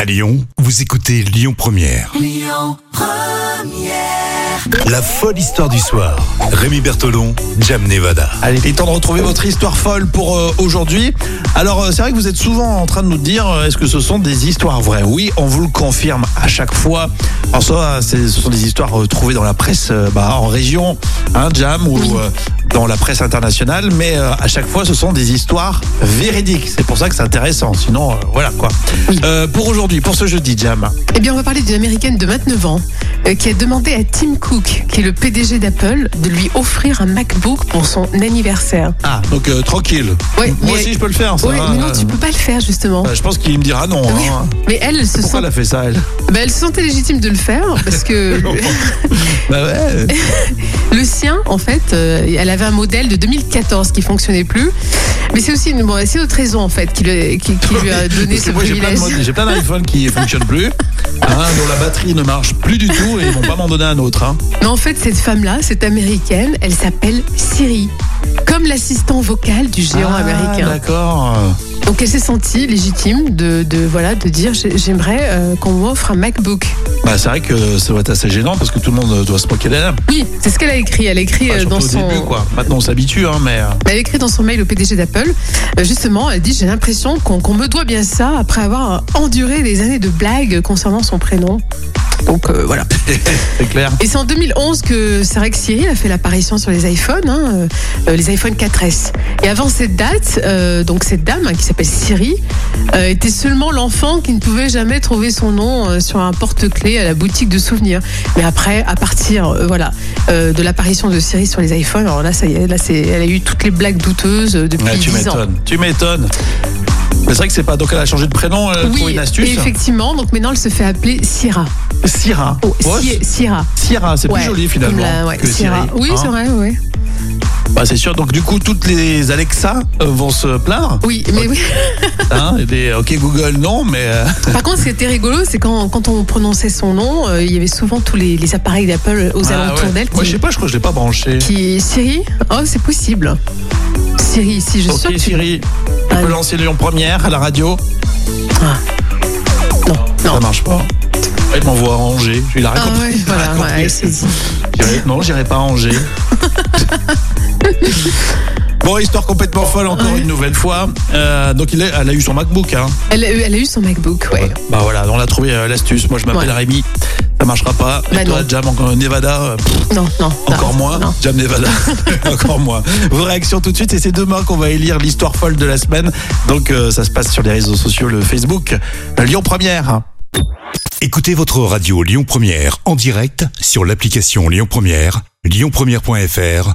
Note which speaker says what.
Speaker 1: À Lyon, vous écoutez Lyon Première. Lyon Première. La folle histoire du soir. Rémi Bertolon, Jam Nevada.
Speaker 2: Allez, il est temps de retrouver votre histoire folle pour euh, aujourd'hui. Alors, euh, c'est vrai que vous êtes souvent en train de nous dire euh, est-ce que ce sont des histoires vraies Oui, on vous le confirme à chaque fois. En soi, c'est- ce sont des histoires euh, trouvées dans la presse euh, bah, en région, hein, Jam, ou euh, dans la presse internationale, mais euh, à chaque fois, ce sont des histoires véridiques. C'est pour ça que c'est intéressant. Sinon, euh, voilà quoi. Euh, pour aujourd'hui, pour ce jeudi, Jam.
Speaker 3: Eh bien, on va parler d'une américaine de 29 ans euh, qui a demandé à Tim Cook, qui est le PDG d'Apple, de lui offrir un MacBook pour son anniversaire.
Speaker 2: Ah, donc euh, tranquille.
Speaker 3: Ouais,
Speaker 2: Moi
Speaker 3: mais-
Speaker 2: aussi, je peux le faire. Ça,
Speaker 3: Oui,
Speaker 2: va,
Speaker 3: mais non,
Speaker 2: euh,
Speaker 3: tu peux pas le faire justement.
Speaker 2: bah, je pense qu'il me dira non.
Speaker 3: Oui,
Speaker 2: hein.
Speaker 3: mais elle, elle se
Speaker 2: Pourquoi elle
Speaker 3: sent,
Speaker 2: a fait ça, elle
Speaker 3: bah, elle se sentait légitime de le faire parce que
Speaker 2: Non.
Speaker 3: le,
Speaker 2: Bah ouais.
Speaker 3: le sien, en fait, euh, elle avait un modèle de 2014 qui fonctionnait plus. Mais c'est aussi une, bon, c'est autre raison en fait qui, le- qui- qui lui a donné
Speaker 2: Parce que
Speaker 3: ce
Speaker 2: moi, j'ai plein de
Speaker 3: privilège.
Speaker 2: mod- j'ai plein d'iPhone qui fonctionnent plus, hein, dont la batterie ne marche plus du tout et ils vont pas m'en donner un autre. hein.
Speaker 3: Mais en fait, cette femme-là, cette américaine, elle s'appelle Siri, comme l'assistant vocal du géant
Speaker 2: Ah,
Speaker 3: américain.
Speaker 2: D'accord.
Speaker 3: Donc elle s'est sentie légitime de, de, voilà, de dire j'ai- j'aimerais euh, qu'on m'offre un MacBook.
Speaker 2: Bah, c'est vrai que ça doit être assez gênant parce que tout le monde doit se moquer d'elle.
Speaker 3: Oui, c'est ce qu'elle a écrit. Elle a écrit,
Speaker 2: Enfin,
Speaker 3: euh,
Speaker 2: Ah, surtout
Speaker 3: dans son,
Speaker 2: au début, quoi. Maintenant, on s'habitue, hein, mais. euh,
Speaker 3: elle a écrit dans son mail au PDG d'Apple. Euh, justement, elle dit j'ai l'impression qu'on qu'on me doit bien ça après avoir euh, enduré des années de blagues concernant son prénom. Donc euh, voilà.
Speaker 2: C'est clair.
Speaker 3: Et c'est en 2011 que c'est vrai que Siri a fait l'apparition sur les iPhones, hein, euh, les iPhone 4S. Et avant cette date, euh, donc cette dame hein, qui s'appelle Siri euh, était seulement l'enfant qui ne pouvait jamais trouver son nom euh, sur un porte-clés à la boutique de souvenirs. Mais après, à partir, euh, voilà, euh, de l'apparition de Siri sur les iPhones, alors là, ça y est, là, c'est, elle a eu toutes les blagues douteuses euh, depuis
Speaker 2: Ouais, tu
Speaker 3: 10 ans.
Speaker 2: m'étonnes. Tu m'étonnes. Mais c'est vrai que c'est pas. Donc, elle a changé de prénom euh, pour
Speaker 3: Oui,
Speaker 2: une
Speaker 3: et
Speaker 2: astuce.
Speaker 3: effectivement, donc maintenant elle se fait appeler Syrah.
Speaker 2: Syrah.
Speaker 3: Oh,
Speaker 2: Ouais,
Speaker 3: Si- Syrah.
Speaker 2: Syrah, c'est
Speaker 3: Ouais,
Speaker 2: plus joli
Speaker 3: comme
Speaker 2: finalement.
Speaker 3: la- ouais,
Speaker 2: que
Speaker 3: Syrah.
Speaker 2: Siri,
Speaker 3: Oui,
Speaker 2: hein.
Speaker 3: c'est vrai, oui.
Speaker 2: Bah, c'est sûr. Donc, du coup, toutes les Alexa euh, vont se plaindre.
Speaker 3: Oui, mais oui.
Speaker 2: Hein, et des, ok Google non mais euh,
Speaker 3: Par contre, ce qui était rigolo, c'est quand, quand on prononçait son nom, euh, il y avait souvent tous les, les appareils d'Apple aux
Speaker 2: ah,
Speaker 3: alentours
Speaker 2: ouais.
Speaker 3: d'elle
Speaker 2: Moi je
Speaker 3: qui,
Speaker 2: sais pas, je crois que je l'ai pas branché.
Speaker 3: qui- Siri Oh, c'est possible. Siri, si je suis sûre
Speaker 2: Ok
Speaker 3: que tu-
Speaker 2: Siri, tu
Speaker 3: Ah,
Speaker 2: peux
Speaker 3: oui.
Speaker 2: lancer Lyon Première à la radio.
Speaker 3: Ah. Non,
Speaker 2: Ça
Speaker 3: non.
Speaker 2: marche pas. Elle m'envoie à Angers. Je lui la
Speaker 3: Ah
Speaker 2: raconte.
Speaker 3: ouais, voilà, ouais, c'est dit.
Speaker 2: J'irai- Non, j'irai pas à Angers. bon, histoire complètement folle encore
Speaker 3: Ouais.
Speaker 2: une nouvelle fois. Euh, donc il est- elle a eu son MacBook. Hein.
Speaker 3: Elle, a eu- elle a eu son MacBook, ouais.
Speaker 2: Bah voilà, on a trouvé euh, l'astuce. Moi je m'appelle
Speaker 3: Ouais.
Speaker 2: Rémi. Ça marchera pas. Et
Speaker 3: Bah
Speaker 2: toi,
Speaker 3: non.
Speaker 2: Jam, en Nevada. euh, pff,
Speaker 3: Non, non.
Speaker 2: Encore
Speaker 3: non,
Speaker 2: moins,
Speaker 3: non.
Speaker 2: Jam Nevada. Encore moins. Vos réactions tout de suite et c'est demain qu'on va élire l'histoire folle de la semaine. Donc euh, ça se passe sur les réseaux sociaux, le Facebook, euh, Lyon Première.
Speaker 1: Écoutez votre radio Lyon Première en direct sur l'application Lyon Première, lyonpremière.fr